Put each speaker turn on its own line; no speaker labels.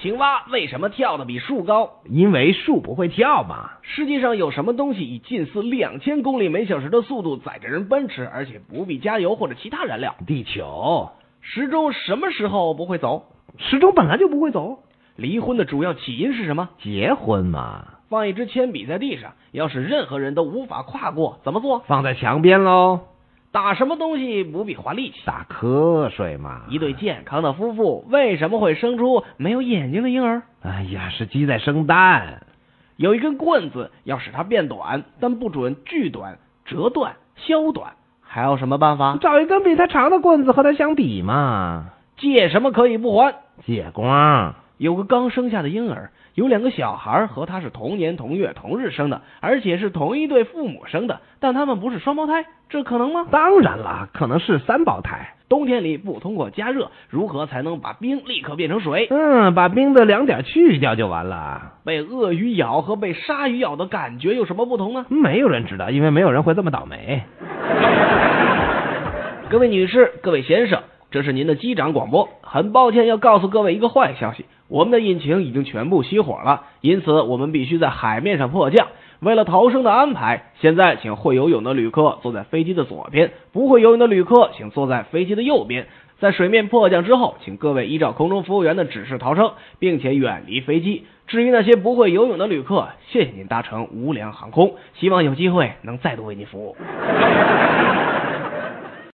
青蛙为什么跳得比树高？
因为树不会跳嘛。
世界上有什么东西以近似两千公里每小时的速度载着人奔驰，而且不必加油或者其他燃料？
地球
时钟什么时候不会走？
时钟本来就不会走，
离婚的主要起因是什么？
结婚嘛，
放一支铅笔在地上，要是任何人都无法跨过，怎么做？
放在墙边喽，
打什么东西不必花力气？
打瞌睡嘛。
一对健康的夫妇为什么会生出没有眼睛的婴儿？
哎呀，是鸡在生蛋，
有一根棍子要使它变短，但不准锯短、折断、削短，还有什么办法？
找一根比它长的棍子和它相比嘛。
借什么可以不还？
借光，
有个刚生下的婴儿，有两个小孩和他是同年同月同日生的，而且是同一对父母生的，但他们不是双胞胎，这可能吗？
当然啦，可能是三胞胎。
冬天里不通过加热，如何才能把冰立刻变成水？
嗯，把冰的两点去掉就完了。
被鳄鱼咬和被鲨鱼咬的感觉有什么不同呢？
没有人知道，因为没有人会这么倒霉。
各位女士，各位先生，这是您的机长广播。很抱歉要告诉各位一个坏消息，我们的引擎已经全部熄火了，因此我们必须在海面上迫降。为了逃生的安排，现在请会游泳的旅客坐在飞机的左边，不会游泳的旅客请坐在飞机的右边。在水面迫降之后，请各位依照空中服务员的指示逃生，并且远离飞机。至于那些不会游泳的旅客，谢谢您搭乘无良航空，希望有机会能再度为您服务。